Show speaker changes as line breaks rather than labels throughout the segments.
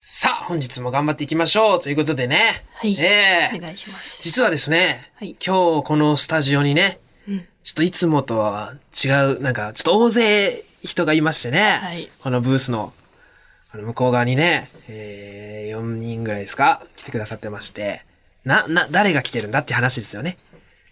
さあ、本日も頑張っていきましょうということでね。
はい
ええ
お願いします。
実はですね、
はい
今日このスタジオにね、ちょっといつもとは違う、なんかちょっと大勢人がいましてね、
はい
このブースのあの向こう側にね、えー、4人ぐらいですか、来てくださってまして、な、な、誰が来てるんだって話ですよね。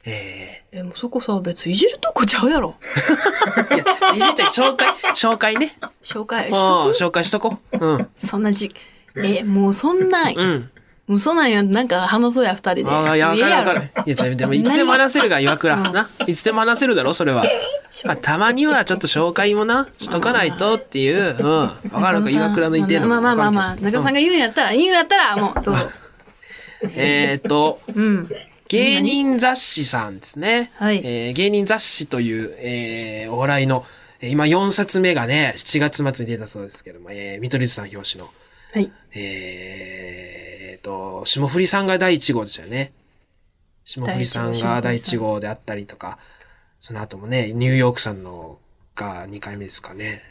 え
え、もうそこさ、別にいじるとこちゃうやろ。
ー、いや、いじって紹介、紹介ね。
紹介し
もう
と
紹介しとこう。うん。
くそんなじ、え、もうそんなん、
うん。
もうそんなんや、なんか話そうや、二人で。
ああ、いや、わかるわかる
ええ。
いや、ちょでも、いつでも話せるが、岩倉。な。いつでも話せるだろ、それは。まあ、たまには、ちょっと紹介もな、しとかないとっていう。うん。わ
やろ。
かるか、岩倉の言ってんの。
まあまあまあまあ、
わかるけ
中
ど
田さんが言うんやったら、言うんやったら、もう、 どうぞ。
うんえーっ と、
うん。
芸人雑誌さんですね。
はい
えー芸人雑誌という、えーお笑いの、えー今4冊目がね、7月末に出たそうですけども、えー、見取り図さん表紙の、
はい。
えーっと、霜降りさんが第1号でしたよね。霜降りさんが第1号であったりとか、その後もね、ニューヨークさんのが2回目ですかね。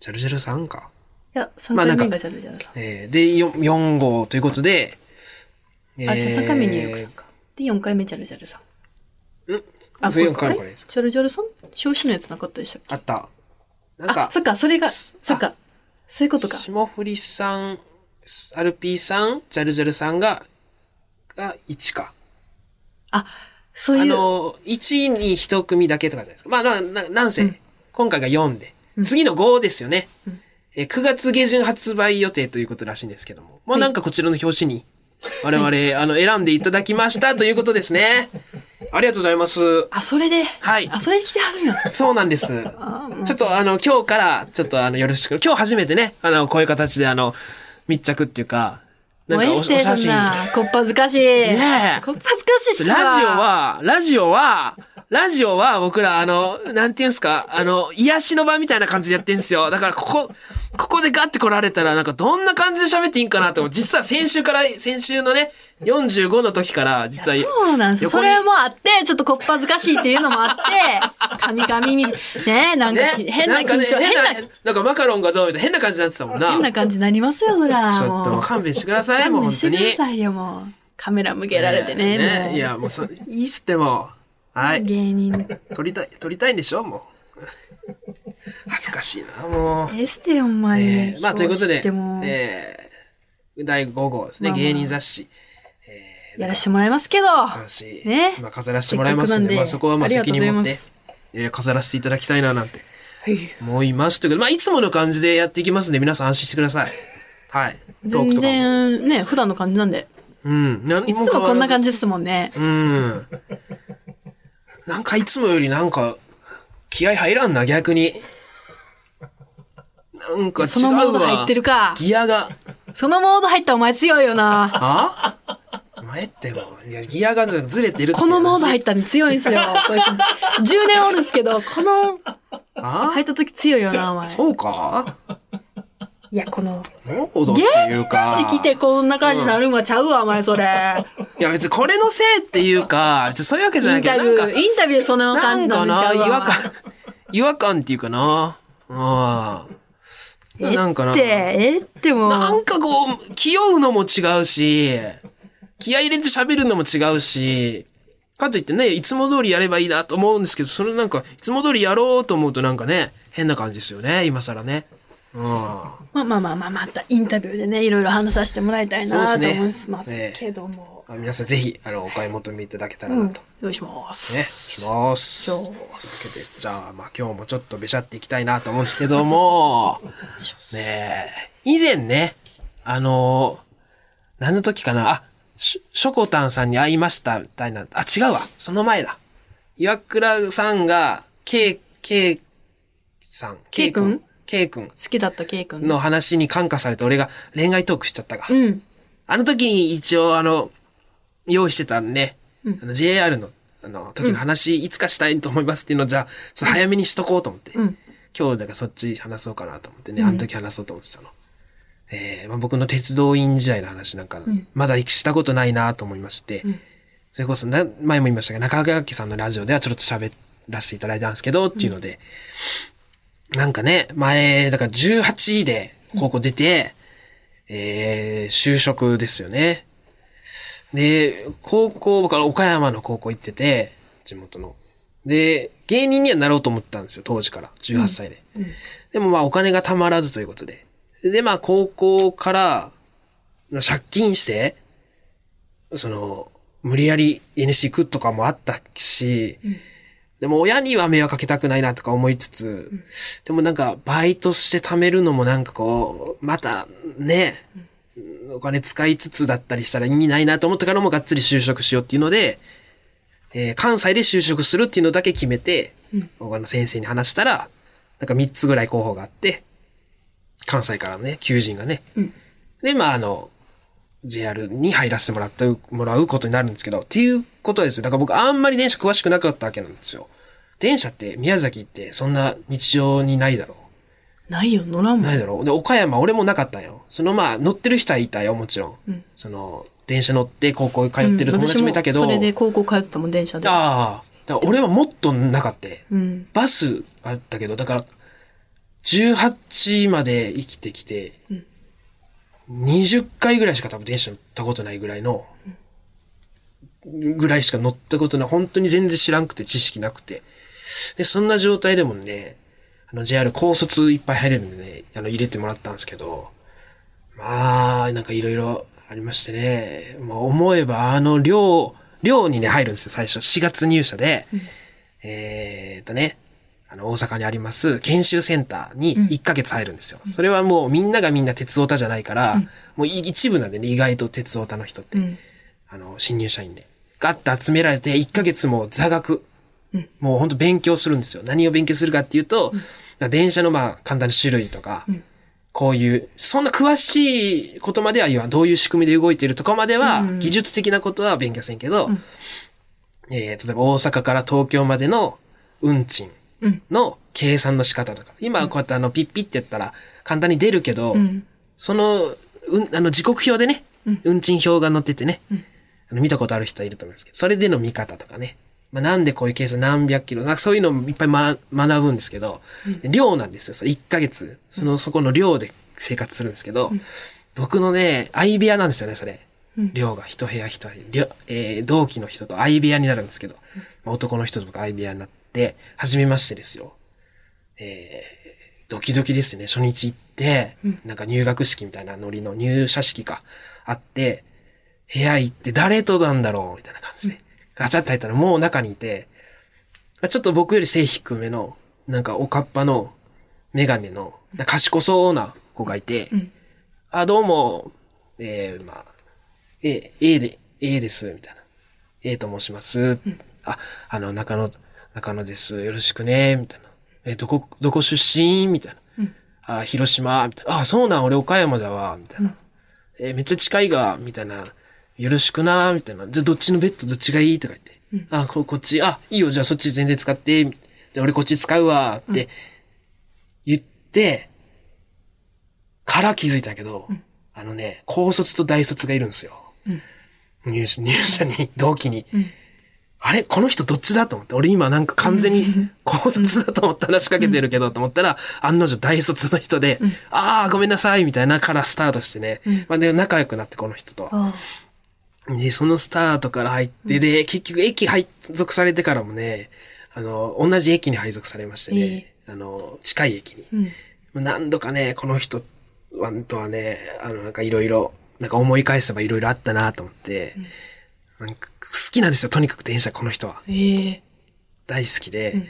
ジャルジャルさんか。
いや、三
まあな
回
んか
目がジャルジャルさん。
えーで4、4号ということで、
あ、じゃあ三回目ニュー
え
ヨークさんか。で、四回目ジャルジャルさん。
あ、そういうのか
れ
るこれです。
ジャルジャルさん表紙のやつなかったでしたっけ
あった。なんか
あ、、そっか、それが、
す
そっか。そういうことか。
霜降りさん、スアルピーさん、ジャルジャルさんが、が1か。
あ、そう
あ
いう。
の、1に1組だけとかじゃないですか。まあ、な、ななんせ、今回が4で、次の5ですよね。えー9月下旬発売予定ということらしいんですけども。まあ、なんかこちらの表紙に、我々、あの、選んでいただきましたということですね。ありがとうございます。
あ、それで。
はい
あ、それ来てはるんや。
そうなんです。ちょっとあの、今日から、ちょっとあの、よろしく。今日初めてね、あの、こういう形であの、密着っていうか、なんかお
応援
お
してる
写真。
な
ラ。
こっぱずかしい。
ねえ
こっぱずかしいっす
ジオ
わ
は、ラジオは、ラジオは僕らあの、なんていうんですか、あの、癒しの場みたいな感じでやってんすよ。だからここ、ここでガッて来られたら、なんかどんな感じで喋っていいんかなと思う。実は先週から、先週のね、45の時から、実は、
そうなんですよ。そ
横に
れもあって、ちょっとこっぱずかしいっていうのも あって、神々に、ねえ、なんか、
ね、
変な緊張、
んかね
変な、
変な、なんかマカロンがどうみたいな変な感じになってたもんな。
変な感じになりますよ、そら。
ちょっ
も
と
う、
勘弁してください、もう本
勘弁
当
して
に。
くださいよ、もう。カメラ向けられてね。もう
いや、もうそ、いいっすってもう。はい。
芸人。
撮りたい、撮りたいんでしょもう。恥ずかしいな、もう。
エステ、お前。
えーまあ、ということで、
でも、
えー第5号ですね、
まあまあ
芸人雑誌。
やらしてもらいますけど。
話、
ね
まあ、飾らせてもらいます
せっ
ん
かく
で、
なんで
まあ、そこはまあ
ありが
責
とうご
任
ざ
持
いま
っ
す
て、えー飾らせていただきたいな、なんて思いましたけど、まあ、いつもの感じでやっていきますんで、皆さん安心してください。はい。トー
全
クとかも。
然、ね、普段の感じなんで。
うん。い
いつもこんな感じですもんね。
うん。なんかいつもよりなんか、気合入らんな、逆に。なんか違うわ。
そのモード入ってるか。
ギアが。
そのモード入ったらお前強いよな。
あお前ってもう、いや、ギアがずれてるって
このモード入
っ
ったら強いんすよ。こいつ。10年おるんすけど、この、
あ
入った時強いよな、お前。
そうか
いや、この、
モードっていうか。
来てこんな感じになるんはちゃうわ、お前、それ。
いや、別にこれのせいっていうか、別にそういうわけじゃ
イ
ない
ン
けど、な
タビ
ん
ュ
か
ー、、インタビューでその感
な
じ
ん
にな
か
るんち
な、
ゃう
違
わ。
和感、違和感っていうかな。うん。なんかな。
って、えってもう、
なんかこう、気負うのも違うし、気合入れて喋るのも違うし、かといってね、いつも通りやればいいなと思うんですけど、それなんか、いつも通りやろうと思うとなんかね、変な感じですよね、今更ね。うん。
まあまあまあまあ、またインタビューでね、いろいろ話させてもらいたいな
そう
と
ですね
思います
ええ
けども。
皆さんぜひ、あの、お買い求めいただけたら
う
なんと。
よいしま
ね、
す。
します。
し
と
ま
いう
す
わ けで、じゃあ、まあ今日もちょっとべしゃっていきたいなと思うんですけども、ねえ、以前ね、あのー何の時かな、あ、ししょこたんさんに会いましたみたいな、あ、違うわ、その前だ。岩倉さんが、けい、けいさん、けいくんけいくん
好きだった、ケイ君。
の話に感化されて、俺が恋愛トークしちゃったが。
うん。
あの時に一応あの、用意してたんで、あの JR のあの時の話、いつかしたいと思いますっていうのをじゃあ、ちょっと早めにしとこうと思って。今日だからそっち話そうかなと思ってね、あの時話そうと思ってたの。えーまあ、僕の鉄道員時代の話なんか、まだしたことないなと思いまして、それこそな前も言いましたが、中川家さんのラジオではちょっと喋らせていただいたんですけど、っていうので、なんかね、前、だから18で高校出て、えー、就職ですよね。で、高校、僕は岡山の高校行ってて、地元の。で、芸人にはなろうと思ったんですよ、当時から。18歳で。でもまあお金がたまらずということで。で、まあ高校から、借金して、その、無理やり NC 行くとかもあったし、でも親には迷惑かけたくないなとか思いつつ、でもなんかバイトして貯めるのもなんかこう、またね、お金使いつつだったりしたら意味ないなと思ったからもうがっつり就職しようっていうので、えー関西で就職するっていうのだけ決めて、他の先生に話したら、なんか3つぐらい候補があって、関西からのね、求人がね。で、まああの、JR に入らせてもらってもらうことになるんですけど、っていうことはですよ。だから僕あんまり電車詳しくなかったわけなんですよ。電車って宮崎ってそんな日常にないだろ
ないよ、乗らん
う。
も。
なんいだろう。で、岡山俺もなかったんよ。そのまあ乗ってる人はいたよ、もちろん。その、電車乗って高校通ってる友達もいたけど。
うん私それで高校通ってたもん、電車で。
ああ。だから俺はもっとなかった。
うん。
バスあったけど、だから、18まで生きてきて、20回ぐらいしか多分電車乗ったことないぐらいの、ぐらいしか乗ったことない。本当に全然知らんくて、知識なくて。で、そんな状態でもね、あの JR 高卒いっぱい入れるんでね、あの入れてもらったんですけど、まあ、なんかいろいろありましてね、もう思えばあの寮、寮にね入るんですよ、最初。4月入社で。えーっとね、あの、大阪にあります研修センターに1ヶ月入るんですよ。それはもうみんながみんな鉄オタじゃないから、もうい一部なんでね、意外と鉄オタの人って、
ん
あの、新入社員で。ガッと集められて1ヶ月もう座学。もうほんと勉強するんですよ。何を勉強するかっていうと、まあ電車のまあ簡単な種類とか、こういう、そんな詳しいことまでは言わん。どういう仕組みで動いてるとかまでは、技術的なことは勉強せんけど、えー例えば大阪から東京までの運賃の計算の仕方とか、今はこうやってあのピッピってやったら簡単に出るけど、その、うん、あの時刻表でね、運賃表が載っててね、あの見たことある人はいると思うんですけど、それでの見方とかね、まあ、なんでこういう計算何百キロ、なんかそういうのもいっぱい、ま、学ぶんですけど、で寮なんですよ、それ1ヶ月、その、そこの寮で生活するんですけど、僕のね、相部屋なんですよね、それ。寮が一部屋一部屋、寮えー同期の人と相部屋になるんですけど、まあ男の人と僕相部屋になって、初めましてですよ。えードキドキですね。初日行って、なんか入学式みたいなノリの入社式か、あって、部屋行って誰となんだろうみたいな感じで。ガチャって入ったらもう中にいて、まあちょっと僕より背低めの、なんかおかっぱの、メガネの、なんか賢そうな子がいて、あ、どうも、えー、まあ、え、A で、A です、みたいな。A と申します。あ、あの、中野、中野です。よろしくね、みたいな。え、どこ、どこ出身みたいな。あ、広島、みたいな。あ、そうなん、俺岡山だわ、みたいな。え、めっちゃ近いが、みたいな。よろしくな、みたいな。じゃあ、どっちのベッドどっちがいいとか言って。あ、こ、こっち、あ、いいよ、じゃあそっち全然使って、みで、俺こっち使うわ、って言って、から気づいたけど、あのね、高卒と大卒がいるんですよ。入社入社に、同期に。あれこの人どっちだと思って。俺今なんか完全に高卒だと思って話しかけてるけどと思ったら、案の定大卒の人で、ああ、ごめんなさい、みたいなからスタートしてね。まあで、仲良くなって、この人とは。
あ
で、そのスタートから入って、で、結局駅配属されてからもね、あの、同じ駅に配属されましてね、あの、近い駅に。何度かね、この人はとはね、あの、なんかいろいろ、なんか思い返せばいろいろあったなと思って、なんか好きなんですよ、とにかく電車、この人は。
ええ
大好きで、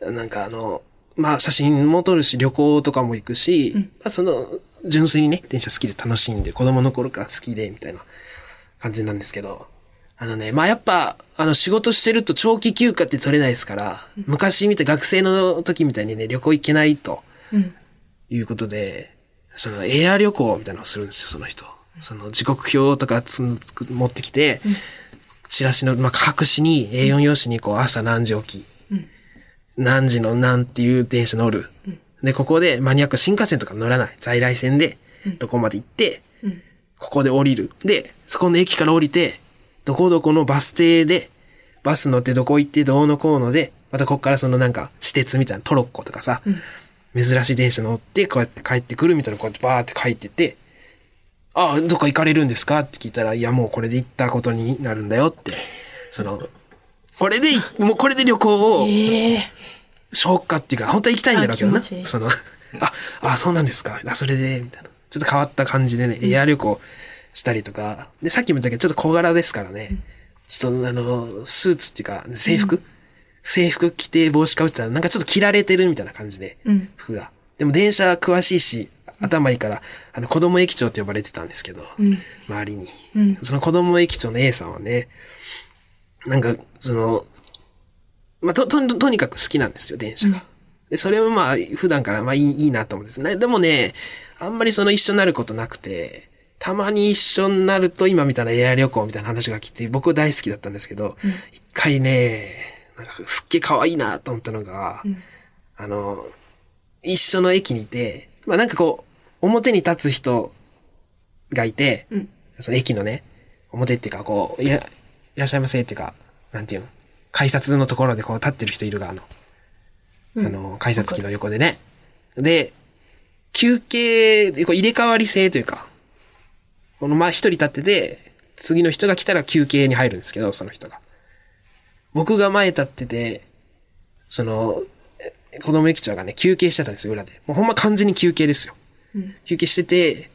なんかあの、まあ写真も撮るし、旅行とかも行くし、まあその、純粋にね、電車好きで楽しいんで、子供の頃から好きで、みたいな感じなんですけど、あのね、まあやっぱ、あの仕事してると長期休暇って取れないですから、昔見て学生の時みたいにね、旅行行けないと、いうことで、そのエア旅行みたいなのをするんですよ、その人。その時刻表とかその作持ってきて、チラシの、まあ、白紙に A4 用紙にこう朝何時起き、何時の何っていう電車乗る。で、ここでマニアック新幹線とか乗らない。在来線で、どこまで行って、ここで降りる。で、そこの駅から降りて、どこどこのバス停で、バス乗ってどこ行ってどうのこうので、またこっからそのなんか、私鉄みたいなトロッコとかさ、珍しい電車乗って、こうやって帰ってくるみたいな、こうやってバーって帰ってて、あ、どっか行かれるんですかって聞いたら、いや、もうこれで行ったことになるんだよって。その、これで、もうこれで旅行を
ええ
消化っていうか、本当は行きたいんだろうけど
あ
な。
気持ちいい
その、あ、あ、そうなんですか。あ、それで、みたいな。ちょっと変わった感じでね、エア旅行したりとか。で、さっきも言ったけど、ちょっと小柄ですからね。ちょっと、あの、スーツっていうか、制服、制服着て帽子かぶってたら、なんかちょっと着られてるみたいな感じで、
うん
服が。でも電車詳しいし、頭いいから、あの、子供駅長って呼ばれてたんですけど、周りに、
ん
その子供駅長の A さんはね、なんか、その、まあ、と、と、とにかく好きなんですよ、電車が。で、それをまあ、普段からまあいい、いいなと思うんですね。でもね、あんまりその一緒になることなくて、たまに一緒になると今みたいなエア旅行みたいな話が来て、僕大好きだったんですけど、一、回ね、なんかすっげえ可愛いなと思ったのが、あの、一緒の駅にいて、まあなんかこう、表に立つ人がいて、
ん
その駅のね、表っていうか、こう、いや、いらっしゃいませっていうか、なんていうの、改札のところでこう立ってる人いるが、あの、あの、改札機の横でね。で、休憩、こう入れ替わり制というか、このまあ一人立ってて、次の人が来たら休憩に入るんですけど、その人が。僕が前立ってて、その、え子供駅長がね、休憩してたんですよ、裏で。もうほんま完全に休憩ですよ。休憩してて、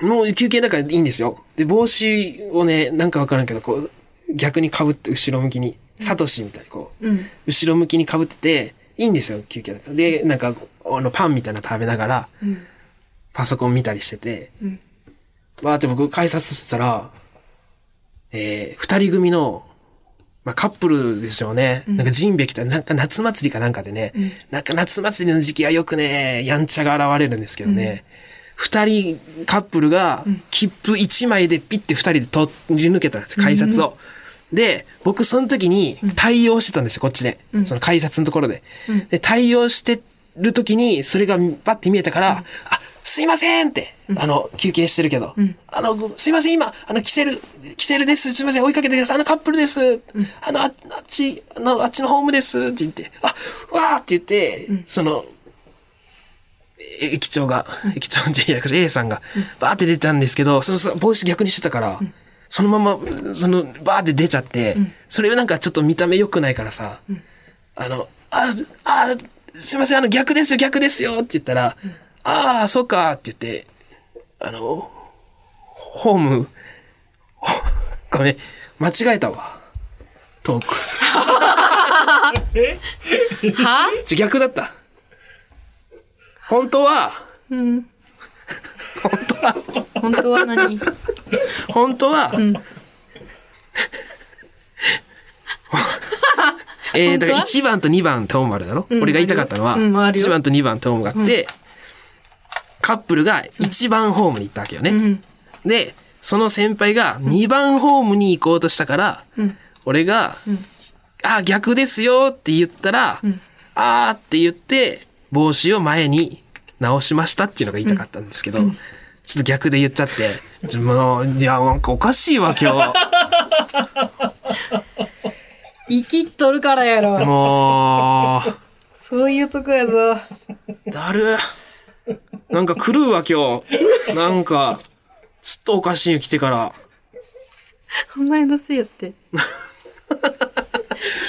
もう休憩だからいいんですよ。で、帽子をね、なんかわからんけど、こう、逆に被って後ろ向きに、サトシみたいにこう、後ろ向きに被ってて、いいんですよ、休憩だから。で、なんか、あの、パンみたいなの食べながら、パソコン見たりしてて、わーって僕改札してたら、えー、二人組の、まあ、カップルでしょうね。なんかジンベ来た、なんか夏祭りかなんかでね、なんか夏祭りの時期はよくね、やんちゃが現れるんですけどね、二、人カップルが切符一枚でピッて二人で通り抜けたんですよ、改札を。で、僕その時に対応してたんですよ、こっちで。その改札のところで。で、対応してる時に、それがバッて見えたから、あ、すいませんって、あの、休憩してるけど、あの、ごすいません、今、あの、キセル、キセルです、すいません、追いかけてください、あのカップルです、あの、ああっち、あの、あっちのホームです、って言って、あ、うわーって言って、その、え駅長が、駅長 じゃなくて A さんが、バーって出てたんですけど、そのさ帽子逆にしてたから、そのまま、その、バーって出ちゃって、それなんかちょっと見た目良くないからさ、あの、あ、あ、すいません、あの、逆ですよ、逆ですよって言ったら、ああ、そうかって言って、あの、ホーム、 ごめん、間違えたわ。トーク。
は
ちょ逆だった。本当は、
うん。本当は。本当は何
本当は、 えー、だから
本当
1番と2番トーマルだろ、
ん
俺が言いたかったのは、
うんあるよ
1番と2番トーマルがあって、カップルが1番ホームに行ったわけよね、
ん
でその先輩が2番ホームに行こうとしたから、俺が「あ逆ですよ」って言ったら「あー」って言って帽子を前に直しましたっていうのが言いたかったんですけど、ちょっと逆で言っちゃってちょもういやなんかおかしいわ今日。
生きっとるから やろ。
も
そういうとこやぞ。
う、だる。なんか狂うわ、今日。なんか、ずっとおかしいよ、来てから。
お前のせいや って。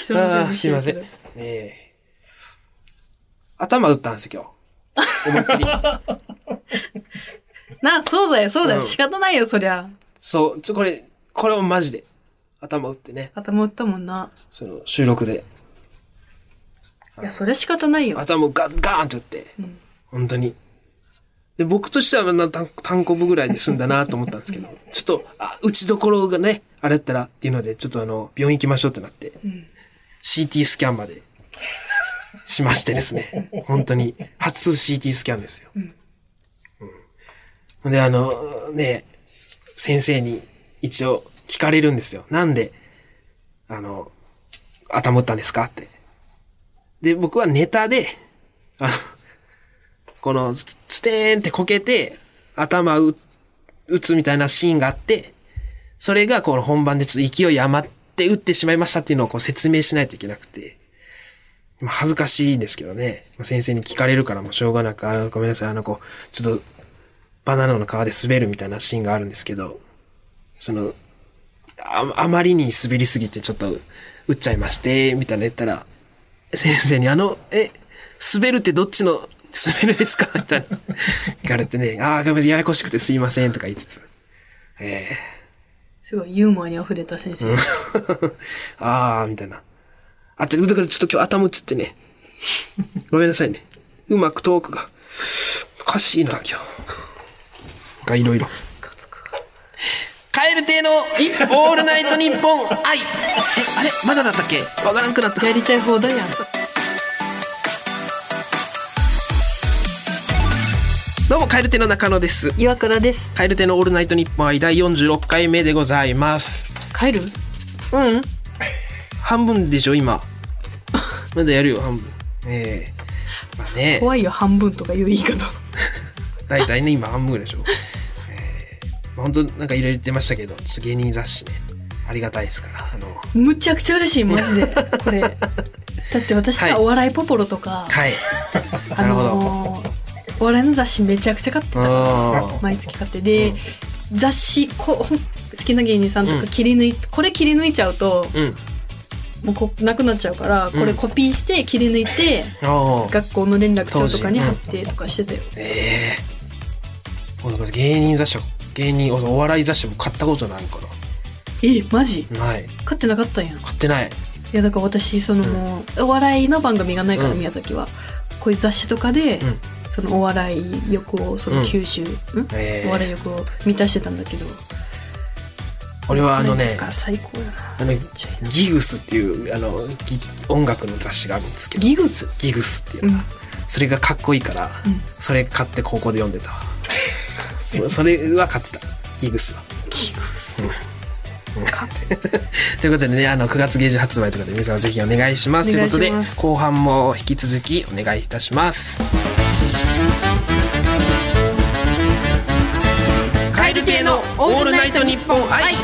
人のせい
あー
に
す
し
い
てる
ま
け
せん。
ど
ねえ頭打ったんですよ、今日。思いっきり。
なあ、そうだよ、そうだよ。
うん
仕方ないよ、そりゃ。
そう、ちょ、これ、これもマジで。頭打ってね、
頭打ったもんな。
その収録で。
いや、そりゃ仕方ないよ。
頭をガガーンって打って。本当に。で、僕としてはまあ単単行部ぐらいで済んだなと思ったんですけど、ちょっと、あ、打ちどころがね、あれだったらっていうので、ちょっとあの、病院行きましょうってなって、CT スキャンまでしましてですね、本当に、初 CT スキャンですよ。うんで、あの、ね、先生に一応聞かれるんですよ。なんで、あの、頭打ったんですかって。で、僕はネタで、あの、この、つつてーんってこけて、頭打打つみたいなシーンがあって、それがこの本番でちょっと勢い余って打ってしまいましたっていうのをこう説明しないといけなくて、まあ恥ずかしいんですけどね、まあ先生に聞かれるからもうしょうがなく、あごめんなさい、あの子、ちょっと、バナナの皮で滑るみたいなシーンがあるんですけど、その、ああまりに滑りすぎてちょっと打っちゃいまして、みたいなの言ったら、先生にあの、え、滑るってどっちの滑るですかみたいな。聞かれてね、ああ、ごめんややこしくてすいませんとか言いつつ、ええ
すごいユーモアに溢れた先生。
あー、 みたいな。あって、だからちょっと今日頭打っちゃってね。ごめんなさいね。うまくトークが。おかしいな、今日。がいろいろ。カエル亭のいオールナイトニッポン愛。え、あれまだだったっけわからんくなった。
やりたい放題やん。
どうも、カエル亭の中野です。
岩倉です。
カエル亭のオールナイトニッポン愛第46回目でございます。
帰る
うん。半分でしょ、 今。まだやるよ、半分。ええまあね。
怖いよ、半分とかいう言い方。
大体ね今半分でしょ、えー、まあ本当なんかいろいろ言ってましたけどちょっと芸人雑誌ねありがたいですからあの
むちゃくちゃ嬉しい、マジ で。これ。だって私さ、
はい
お笑いポポロとか、
はい
あ
なるほど
のーお笑いの雑誌めちゃくちゃ買ってた。
あ
毎月買ってで、雑誌こほん好きな芸人さんとか切り抜い、これ切り抜いちゃうと
ーうん
もうこなくなっちゃうから
うん
これコピーして切り抜いて、
ああ
学校の連絡帳とかに
当時
貼ってとかしてたよ、
ええー、芸人雑誌は芸人お笑い雑誌も買ったことないか
えマジ
なない
買ってなかったんやい
買ってない
やだから私そのもう、お笑いの番組がないから、
うん
宮崎はこういう雑誌とかで、
うん
そのお笑い欲をそ
うん
の九州、ん
え
お
え
笑い欲を満たしてたんだけど
俺はあの
な
ね
んか最高やな
あの
めっちゃいいな
ギグスっていうあのギ音楽の雑誌があるんですけど
ギグス
ギグスっていう
う
の
ん
それがかっこいいから、
うん
それ買って高校で読ん でたわそそれは買ってたギグスは
ギグスか
ということでねあの9月下旬発売ということで皆さんぜひお願いします
お願い
という
し
こ
ま
と
す
で後半も引き続きお願いいたしますカエル亭の オールナイトニッポン愛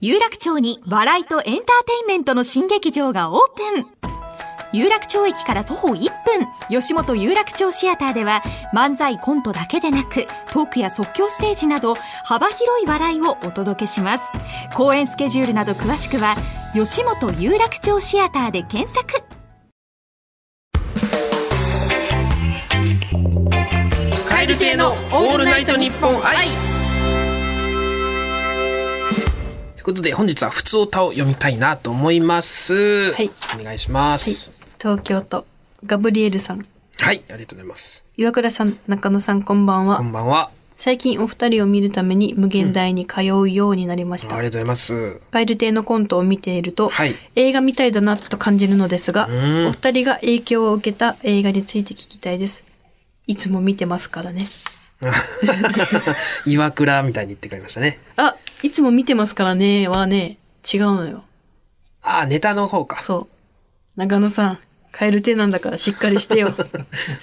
有楽町に笑いとエンターテインメントの新劇場がオープン有楽町駅から徒歩1分吉本有楽町シアターでは漫才コントだけでなくトークや即興ステージなど幅広い笑いをお届けします公演スケジュールなど詳しくは吉本有楽町シアターで検索
カエル亭のオールナイトニッポン愛ということで本日は普通歌を読みたいなと思います、
はい
お願いします
東京都ガブリエルさん
はい、ありがとうございます
岩倉さん中野さんこんばんは、
こんばんは
最近お二人を見るために無限大に通うようになりまし
あり
た、
がとうござい ます
カエル亭のコントを見ていると、
はい
映画みたいだなと感じるのですが、
ん
お二人が影響を受けた映画について聞きたいですいつも見てますからね
岩倉みたいに言ってくれましたね
あいつも見てますからねはね違うのよ
ああネタの方か
そう中野さんカエル亭なんだからしっか りしてよ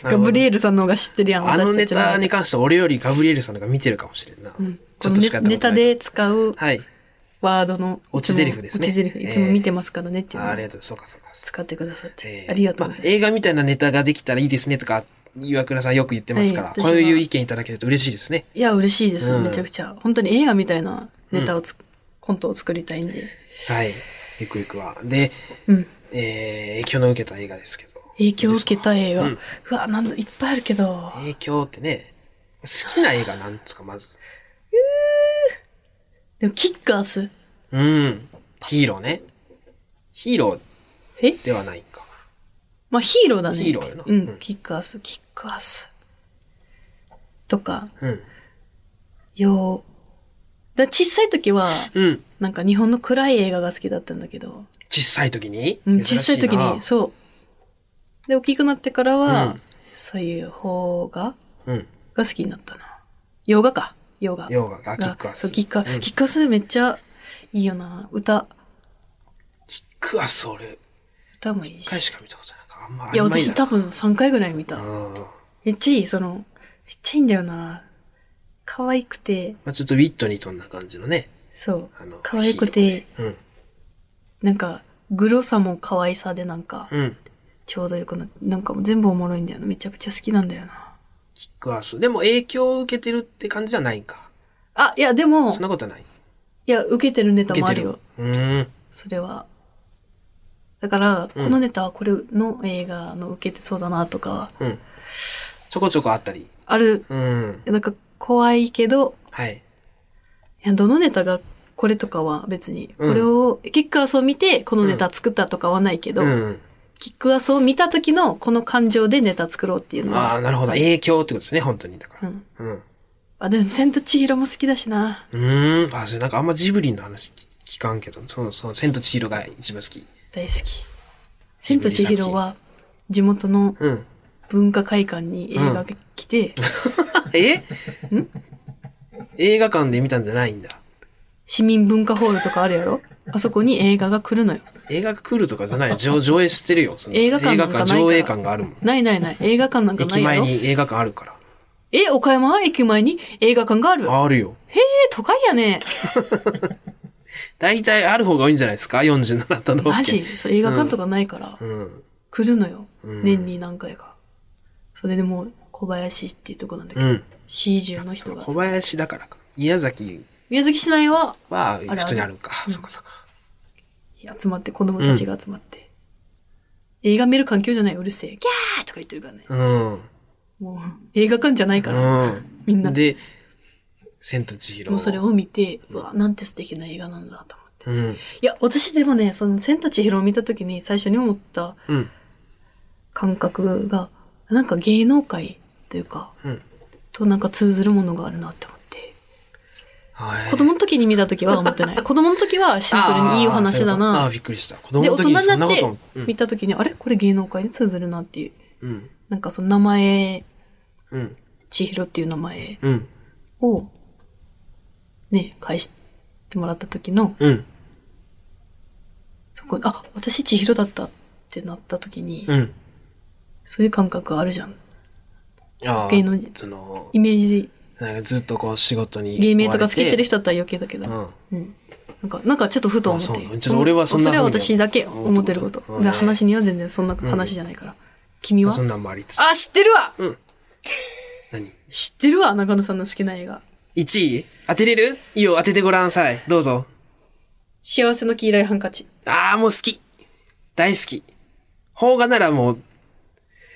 ガブリエルさんの方が知ってるやん
あのネ
私たちの
タに関しては俺よりガブリエルさんの方が見てるかもしれんな。ち
こ
ょっ
の
としか
ネ
やったこと
ネタ
ない。
で使う
はい。
ワードの
落ち台詞ですね
いつも落ち台詞いつも見てますからねっていう
あ
の
あ
を
りがとう。そうかそうか。
使ってくださって、
えー
ありがとうございます、
まあ映画みたいなネタができたらいいですねとか、岩倉さんよく言ってますから、
はい私
こ
は
ういう意見いただけると嬉しいですね。
いや嬉しいです、
うん
めちゃくちゃ本当に映画みたいなネタをつ、コントを作りたいんで
はい。ゆくゆくは。で、
うん
えー影響の受けた映画ですけど。
影響を受けた映画、
う
うんわなんだいっぱいあるけど
影響ってね、好きな映画なんですか、まず。
でもキッカース
うん。ヒーローね。ヒーロ
え
ーではないか。
まあヒーローだね
ヒーローやな
うん、
うん
キッカースキッカースとか
うん。
ようだ小さい時は
うん。
なんか日本の暗い映画が好きだったんだけど
小さい時に
うん、
珍
小さ
し
い時
な
に、そう。で、大きくなってからは、
うん
そういう方が、
うん。
が好きになったな。洋画か。洋画。
ヨガが
が
キックアス。
そう、キッカー、キッカースめっちゃいいよな。歌、
キックアス俺、
歌もいい
一回
し。
しか見たことないから、あんま
いや、
曖昧
私
だ
多分3回ぐらい見た。
うんま
めっちゃいい、その、めっちゃいいんだよな。可愛くて、
あ、ちょっとウィットに飛んだ感じのね。
そう
あの。
可愛くて、
うん。
なんか、グロさも可愛さでなんか、
うん。
ちょうどよくななんかもう全部おもろいんだよな。めちゃくちゃ好きなんだよな。
キックアス。でも影響を受けてるって感じじゃないか。
あ、いや、でも
そん、なことはない。
いや、受けてるネタ
受け
もあ
て
る
る
よ。。
うーん。
それは。だから、このネタはこれの映画の受けてそうだなとか、
うん。ちょこちょこあったり。
ある、
うん。
なんか怖いけど、
はい。
いや、どのネタがこれとかは別に、こ
うん
れを、キックアスを見てこのネタ作ったとかはないけど、
うん。
キックアスを見た時のこの感情でネタ作ろうっていうのは。
ああ、なるほど。影響ってことですね、本当に。だか
う
ら。
ん。
うん。
あ、でも、千と千尋も好きだしな。
うーん。あ、それなんかあんまジブリの話聞聞かんけど、そうそう、千と千尋が一番好き。
大好き。千と千尋は、地元の
うん。
文化会館に映画が来て、
え 映画館で見たんじゃないんだ。
市民文化ホールとかあるやろあそこに映画が来るのよ。
映画が来るとかじゃない。上上映してるよ。その
映画館
映
な
画
んかないか
館、
ら
上映館があるもん。
ないないない。映画館なんかな
駅
いや
前
ろ
に映画館あるか
え、岡山は駅前に映画館がある。
ら。あるよ。
へえ、都会やね。
大体ある方が多いんじゃないですか ?47 都道府県。
マジそう映画館とかないから、
うん。
来るのよ。
うん
年に何回か。それでもう、小林っていうとこなんだけ
う
ど、
ん。
C 中の人が
小。林だからか。宮崎
宮崎市内は
は
ある
普通にあるか。そっかそっか。
集まって、子供たちが集まって。映画見る環境じゃない、うるせえ。ギャーとか言ってるからね。
うん。
もう、映画館じゃないから。
うん。
みんな
で、千と千尋。
もうそれを見て、うわ、なんて素敵な映画なんだと思って。
うん。
いや、私でもね、その、千と千尋を見た時に最初に思った
うん。
感覚が、なんか芸能界というか、
うん。
となんか通ずるものがあるなって思って。
はい。
子供の時に見た時は思 ってない。子供の時はシンプルにいいお話だ
あーそういうことあ
な。
ー、びっくりした。子供
で、
の
大
時
人
にそ
に
んな
なっ
こと
て
も。うん
見た時に、あれこれ芸能界に通ずるなっていう。
うん。
なんかその名前、
うん。
千尋っていう名前
うん。
を、ね、返してもらった時の、
うん。
そこ、あ、私千尋だったってなった時に、
うん。
そういう感覚あるじゃん。
あ
芸能人
ーその、
イメージ
なんかずっとこう仕事に。
芸名とかつけてる
人。
人だったら余計だけど。
うん。
うんなんか、なんかちょっとふと思っ
あそう
て
なの。ちょっと俺はそんな
れは
風に
私だけ思ってること
思ってたう。ん
で話には全然そんな話じゃないから。君は
そんなんもありつつ。
あ、知ってるわ
何
知ってるわ中野さんの好きな映画。
?1 位当てれるいいよ、当ててごらんさい。どうぞ。
幸せの黄色いハンカチ。
ああ、もう好き。大好き。邦画ならもう、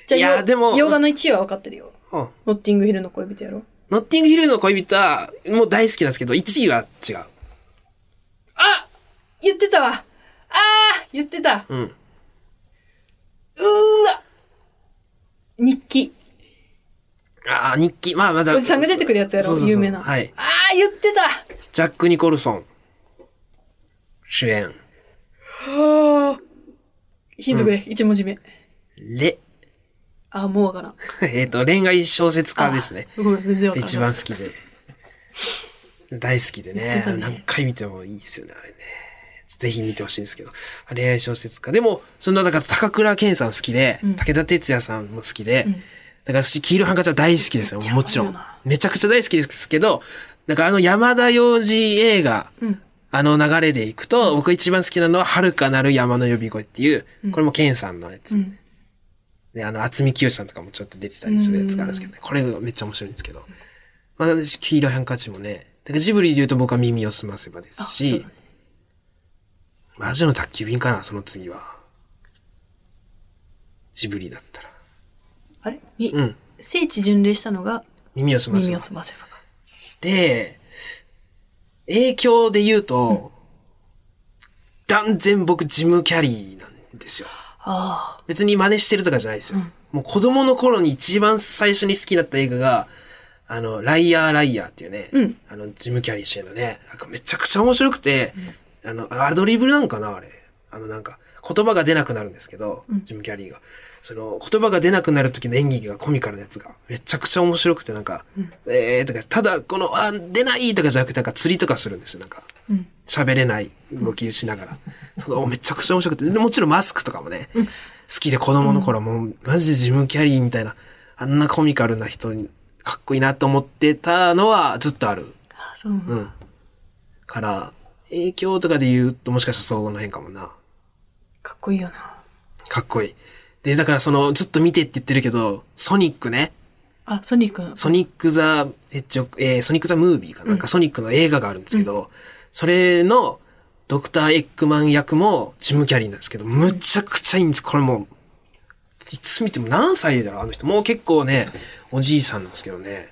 じゃあ、
いや
よ
でも
洋画の1位は分かってるよ。
うん
ノッティングヒルの恋人やろ。
ノッティングヒルの恋人は、もう大好きなんですけど、1位は違う。
あ言ってたわあー言ってた
うん。
うーわ日記。
ああ、日記。まあまだ。
おじさんが出てくるやつやろ
そうそうそう
有名な
はい。
あー言ってた
ジャック・ニコルソン。主演。
はあ。ヒントくれ、一1文字目。
レ。
あー、もうわからん。
えっと、恋愛小説家ですね。
あー。ごめん、全然わからん。
一番好きで。大好きで
言っ
ね
てたね
何回見てもいいですよね、あれね。ぜひ見てほしいんですけど。恋愛小説家。でも、その、だから高倉健さん好きで、武田鉄矢さんも好きで、だから私、黄色ハンカチは大好きですよ、もちろ
め
ん
っちゃわか。
めちゃくちゃ大好きですけど、だからあの山田洋次映画、あの流れでいくと、僕一番好きなのは、遥かなる山の呼び声っていう、これも健さんのやつ。で、あの、渥美清さんとかもちょっと出てたりするやつがあるんですけどね。これがめっちゃ面白いんですけど。まあ、私、黄色いハンカチもね、だからジブリで言うと僕は耳をすませばです
そう
し
だ、
魔女の宅急便かな、その次は。ジブリだったら。
あれみ、
うん。
聖地巡礼したのが
耳をすませ
耳
ば
を。すませばか。
で、影響で言うと、断然僕、ジム・キャリーなんですよ。
あ
別に真似してるとかじゃないですよ。もう子供の頃に一番最初に好きだった映画が、あの、ライアーライアーっていうね、
うん
あの、ジム・キャリー主演のね、なんかめちゃくちゃ面白くて、あの、アドリブなんかな、あれ。あの、なんか、言葉が出なくなるんですけど、ジム・キャリーが。その、言葉が出なくなる時の演技がコミカルなやつが、めちゃくちゃ面白くて、なんか、えーとか、ただ、この、あ、出ないとかじゃなくて、なんか釣りとかするんですよ、なんか。喋れない動きしながら。そこめちゃくちゃ面白くて。でもちろんマスクとかもね、好きで子供の頃もう、マジでジム・キャリーみたいな、あんなコミカルな人に、かっこいいなと思ってたのはずっとある。
あ。ああ、そうなんだ。
うん。から、影響とかで言うともしかしたらその変かもな。
かっこいいよな。
かっこいい。で、だからその、ずっと見てって言ってるけど、ソニックね。
あ、ソニックの。
ソニック・ザ・ヘッジョえーソニック・ザ・ムービーかなんか、ソニックの映画があるんですけど、それのドクター・エッグマン役もジム・キャリーなんですけど、むちゃくちゃいいんです。これもう、いつ見ても何歳だろう、あの人。もう結構ね、おじいさんなんですけどね。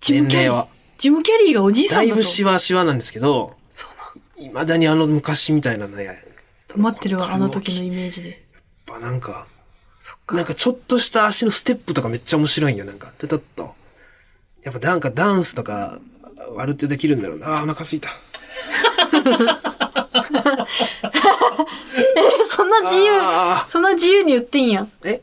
ジムキャ
年
リ
齢は。
ージムキャリーがおじいさ
だ
ん
い
だと。
ぶし
そ
わしわなんですけど、
うなん。
いまだにあの昔みたいなね、やっ
止まってるわ、あの時のイメージで。
ぱなんか、
そっ
なん
か。
かちょっとした足のステップとかめっちゃ面白いんよ。なんか、てたっと。やっぱなんかダンスとか、割るってできるんだろうな。あー、お腹すいた。
え、そんな自
あ
由、そんな自由に言っていいんや。
え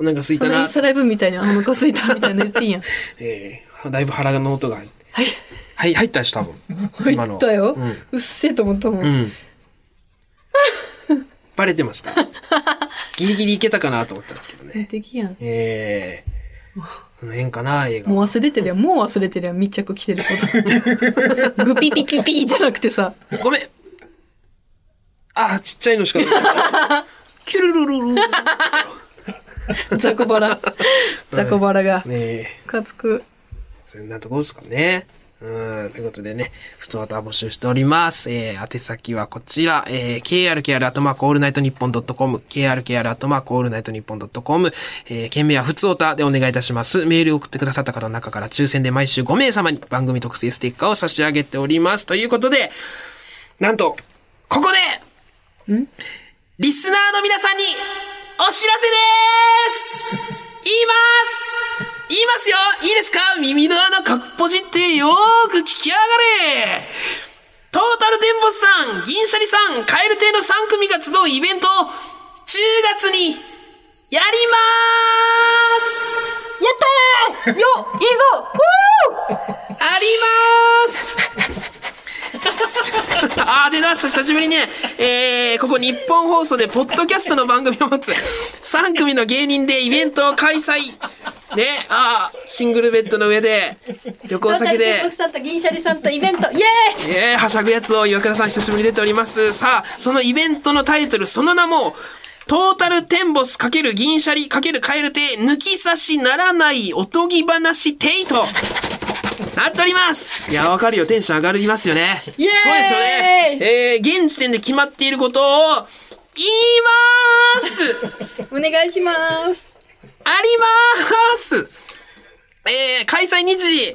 お腹すい
そ
た
んなイ
な
ンス。タライブみたいな、お腹すいたみたいな言っていいんや。
えー、だいぶ腹の音が入っ
はい。
はい、入ったでしょ、多分。今
入
の
ったよ。
う
うんっせえと思ったもん。
うん。バレてました。ギリギリいけたかなと思ったんですけどね。
天敵やん。
えー、その辺かな、映画
もう。忘れてるやん。もう忘れてるやん。密着来てること。グピピピピじゃなくてさ。
ごめんあー、ちっちゃいのしか出てこないキュルルルル。ね
ザコバラ。ザコバラが。
え。
かつく。
そんなところですかね。うん、ということでね、普通歌募集しております。えー、宛先はこちら、えー、krkr アットマークオールナイトニッポンドットコム、krkr アットマークオールナイトニッポンドットコム、えー、件名は普通歌でお願いいたします。メールを送ってくださった方の中から抽選で毎週5名様に番組特製ステッカーを差し上げております。ということで、なんと、ここでリスナーの皆さんにお知らせです言います言いますよいいですか耳の穴かくっぽじってよーく聞きやがれトータルテンボスさん、銀シャリさん、カエル亭の3組が集うイベントを10月にやりまーす
やったーよいいぞ
ありますあー出ました久しぶりにね、えー、ここ日本放送でポッドキャストの番組を持つ3組の芸人でイベントを開催ねあーシングルベッドの上で旅行先で
さんと銀シャリさんとイベント。イエーイ
えー、はしゃぐやつを岩倉さん久しぶりに出ております。さあ、そのイベントのタイトル、その名も、トータルテンボス×銀シャリ×カエル亭抜き差しならないおとぎ話テイとなっておりますいや、わかるよ。テンション上がりますよね。
イエーイ
そうですよね。えー、現時点で決まっていることを、言いまーす
お願いします。
ありますえー、開催日時、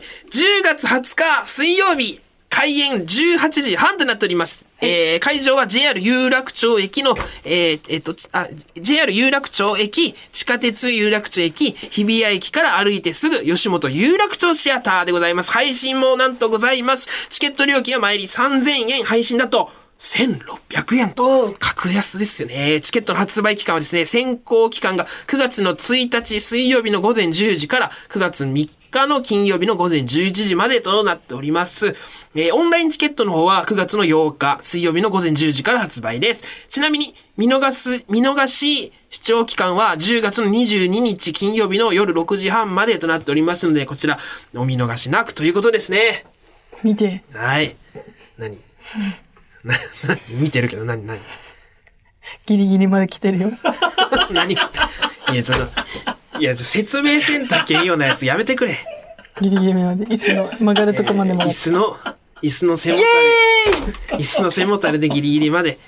10月20日水曜日、開演18時半となっております。えー、会場は JR 有楽町駅の、えー、えっと、あ、JR 有楽町駅、地下鉄有楽町駅、日比谷駅から歩いてすぐ、吉本有楽町シアターでございます。配信もなんとございます。チケット料金は参り3000円、配信だと、1600円
お
と
う、
格安ですよね。チケットの発売期間はですね、先行期間が9月の1日水曜日の午前10時から9月3日の金曜日の午前11時までとなっております。えーオンラインチケットの方は9月の8日水曜日の午前10時から発売です。ちなみに、見逃す、見逃し視聴期間は10月の22日金曜日の夜6時半までとなっておりますので、こちら、お見逃しなくということですね。
見て。
はい。何 な、何 見てるけど、何、何
ギリギリまで来てるよ。
何いや、ちょっと、いや、ちょ説明せんといけんようなやつやめてくれ。
ギリギリまで。いつの曲がるとこまでも
椅子の、椅子の背もたれ、椅子の背もたれでギリギリまで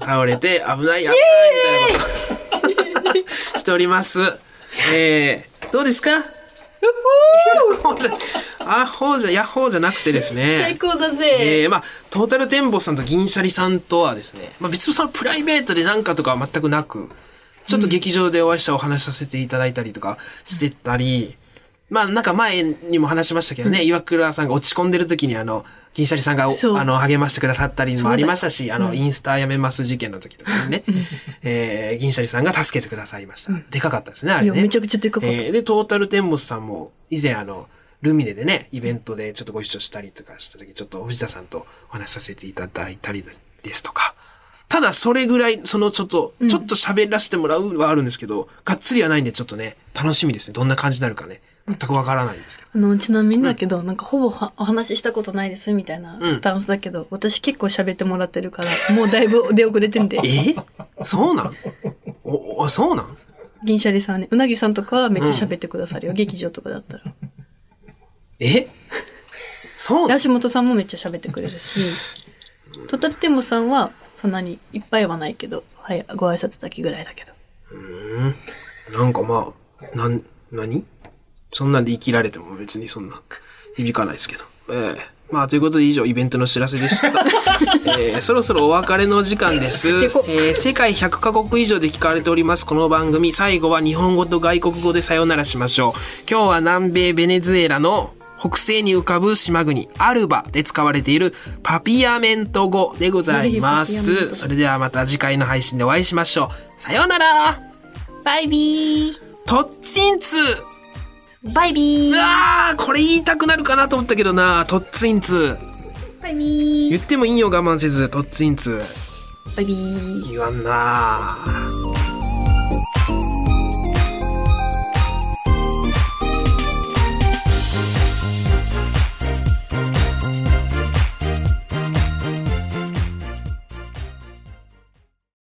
倒れて危ない、危ない、みたいなことしております。えー、どうですかあほうじゃ、やっほーじゃなくてですね。
高だぜ。
えーまあ、トータルテンボスさんと銀シャリさんとはですね、まあ、別にそのプライベートでなんかとかは全くなく、ちょっと劇場でお会いしたお話しさせていただいたりとかしてたり、まあなんか前にも話しましたけどね、岩倉さんが落ち込んでる時にあの、銀シャリさんがお
そう
あの励ましてくださったりもありましたし、あの、インスタやめます事件の時とかにね、えー銀シャリさんが助けてくださいました。でかかったですね、あ
い
れ
や、
ね。
めちゃくちゃでかかった。
えーで、トータルテンボスさんも、以前あの、ルミネでね、イベントでちょっとご一緒したりとかした時、ちょっと藤田さんとお話しさせていただいたりですとか、ただそれぐらい、そのちょっと、ちょっと喋らせてもらうはあるんですけど、がっつりはないんでちょっとね、楽しみですね。どんな感じになるかね。全くわからないんですけど。。
あの、ちなみにだけど、なんかほぼはお話ししたことないですみたいなスタンスだけど、私結構喋ってもらってるから、もうだいぶ出遅れてんで
えそうなんお、おそうなん
銀シャリさんね、うなぎさんとかはめっちゃ喋ってくださるよ、劇場とかだったら。
えそう
で
なん
橋本さんもめっちゃ喋ってくれるし、 とたりてもさんはそんなにいっぱいはないけど、はい、ご挨拶だけぐらいだけど。
なんかまあ、なん、何そんなんで生きられても別にそんな響かないですけど。ええまあ、ということで以上、イベントの知らせでした。 えーそろそろお別れのお時間です。え
こ
ー世界100カ国以上で聞かれております、この番組。最後は日本語と外国語でさよならしましょう。今日は南米ベネズエラの北西に浮かぶ島国、アルバで使われているパピアメント語でございま
パピアメント
す。
語
それではまた次回の配信でお会いしましょう。さようなら
バイビー
とっちんつ
バイビー
うわーこれ言いたくなるかなと思ったけどなとっついんつ
バイビー
言ってもいいよ我慢せずとっついんつ
バイビー
言わんなー